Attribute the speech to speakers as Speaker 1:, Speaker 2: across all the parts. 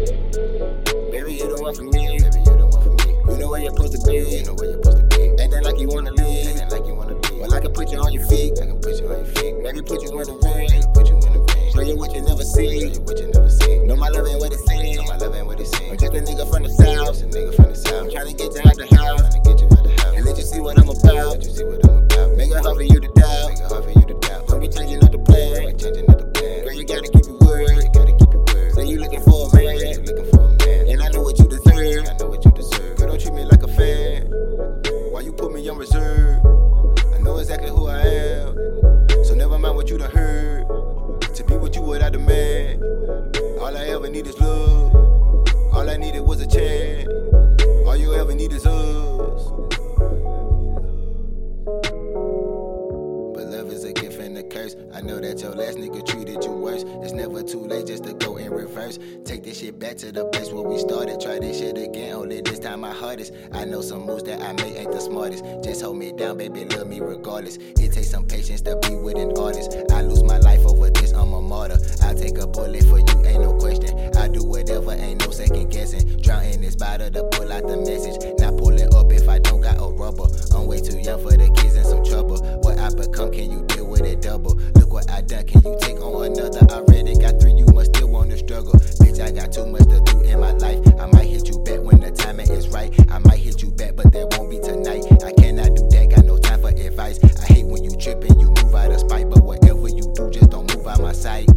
Speaker 1: Baby, you the one for me. Baby, you the one for me. You know where you're supposed to be. You know where you're supposed to be. Acting like you wanna live. Acting like you wanna be. Well, I can put you on your feet. I can put you on your feet. Maybe put you in the ring. Maybe put you in the ring. Show you what you never see. Show you what you never see. No, my love ain't what it seems. No, my love ain't what it seems. I'm just a nigga from the south. Just a nigga from the south. Trying to get you out the house. Trying to get you out the house. And let you see what I'm about. Let you see what I'm about. Make it hard for you to doubt. Make it hard for you to doubt. Don't be changing up the plan. Don't be changing up the plan. Girl, you gotta keep your word. You gotta keep your word. Say you looking for a man. You looking for a man. And I know what you deserve. I know what you deserve. Girl, don't treat me like a fan. Why you put me on reserve? I know exactly who I am. So never mind what you done heard. To be with you without a man. All I ever need is love. All I needed was a chance. All you ever need is us. But love is a gift and a curse. I know that your last nigga treated you worse. It's never too late just to go in reverse. Take this shit back to the place where we started. Try this shit again, only this time my hardest. I know some moves that I made ain't the smartest. Just hold me down, baby, love me regardless. It takes some patience to be with an artist. I lose my life over this, I'm a martyr. I take a bullet for you, ain't no question. I do whatever, ain't no second guessing. Drown in this bottle to pull out the message. Not pull it up if I don't got a rubber. I'm way too young for the kids in some trouble. What I become, can you deal with it double? Look what I done, can you take on another? I already got three, you must still want to struggle. Bitch, I got too much to do in my life. I might hit you back when the timing is right. I might hit you back, but that won't be tonight. I cannot do that, got no time for advice. I hate when you trip and you move out of spite, but whatever you do, just don't move out my sight.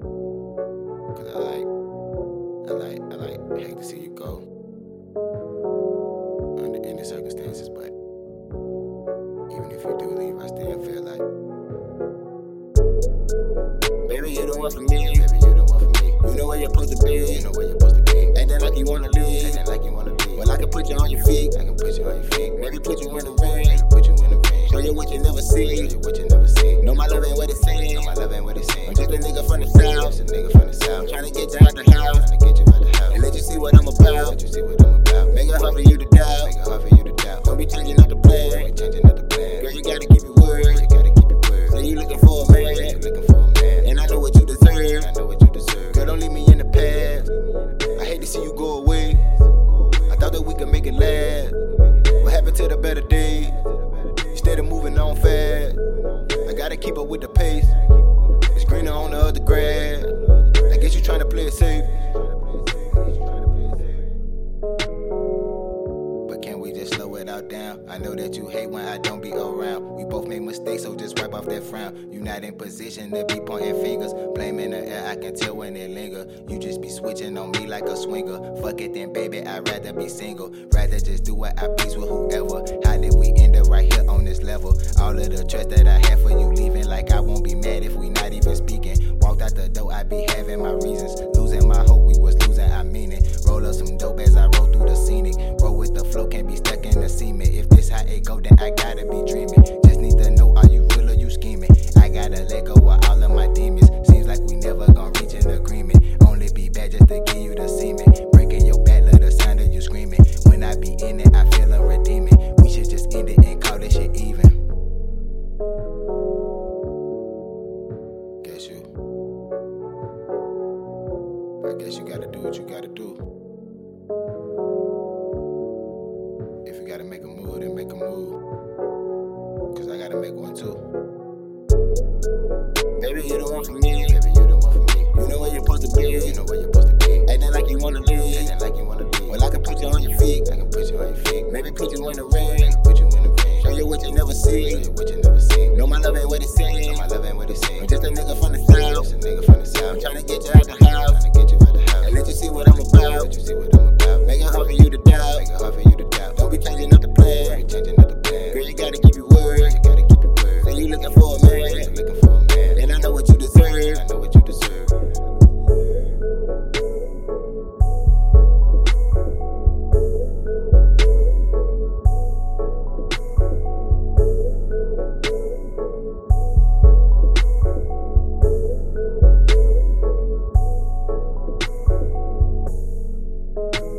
Speaker 1: Cause I like, I like, I like, I hate to see you go under any circumstances, but even if you do leave, I still feel like. Baby, you the one for me. Baby, you the one for me. You know where you're supposed to be. You know where you're supposed to be. Acting like you wanna live. Acting like you wanna live. Well, I can put you on your feet. I can put you on your feet. Maybe put you in the ring. Maybe Put you in the ring. Show you what you never see. Show you what you never see. No, my love ain't what it seems. No, my love ain't what it seems. I'm just a nigga from the south. Just a nigga from the south. Trying to get you out the house. Trying to get you out the house. And let you see what I'm about. Let you see what I'm about. Make it hard for you to doubt. Make it hard for you to doubt. Don't be changing up the plan. Don't be changing up the plan. Girl, you gotta keep your word. You gotta keep your word. Say you looking for a man. You looking for a man. And I know what you deserve. I know what you deserve. Girl, don't leave me in the past. I hate to see you go away. I thought that we could make it last. What happened to the better days? Instead of moving on fast, I gotta keep up with the pace. It's greener on the other grass. I guess you tryna play it safe. But can we just slow it all down? I know that you hate when I don't be around. We both make mistakes, so just wipe off that frown. you not in position to be pointing fingers, blaming the air. I can tell when it linger. You just be switching on me like a swinger. Fuck it then, baby, I'd rather be single. Rather just do what I please with whoever. How did we end up right here on this level? All of the trust that I had for you leaving, like I won't be mad if we not even speaking. Walked out the door, I be having my reasons. Losing my hope, we was losing, I mean it. Roll up some dope as I roll through the scenic. Roll with the flow, can't be stuck in the cement. If this how it go, then I gotta be dreaming. Just need to know, are you real or you scheming? I gotta let go of all of my demons. Seems like we never gonna reach an agreement. Only be bad just to give you the semen. Breaking your back, let the sound of you screaming. When I be in it, I feel I'm redeeming. We should just end it and call this shit even. Guess you, I guess you gotta do what you gotta do. If you gotta make a move, then make a move. Cause I gotta make one too. Baby, you the one for me. Baby, you the one for me. You know where you're supposed to be. You know where you're supposed to be. Acting like you wanna live. Acting like you wanna live. Well, I can put you on your feet. I can put you on your feet. Maybe put you in the ring. Put you in the ring. Show you what you never see. Show you what you never see. No, my love ain't what it seems. No, my love ain't what it seems. I'm just a nigga from the south. Just a nigga from the south. I'm trying to get you out the house. Trying to get you out the house. And let you see what I'm about. Let you see what I'm about. Make it hard for you to doubt. Make it hard for you to doubt. Don't be changing up the plan. Don't be changing up the plan. Girl, you gotta keep your word. You gotta keep your word. Say you looking for a man. You looking for a man. And I know what you deserve. I know what you deserve. Ooh.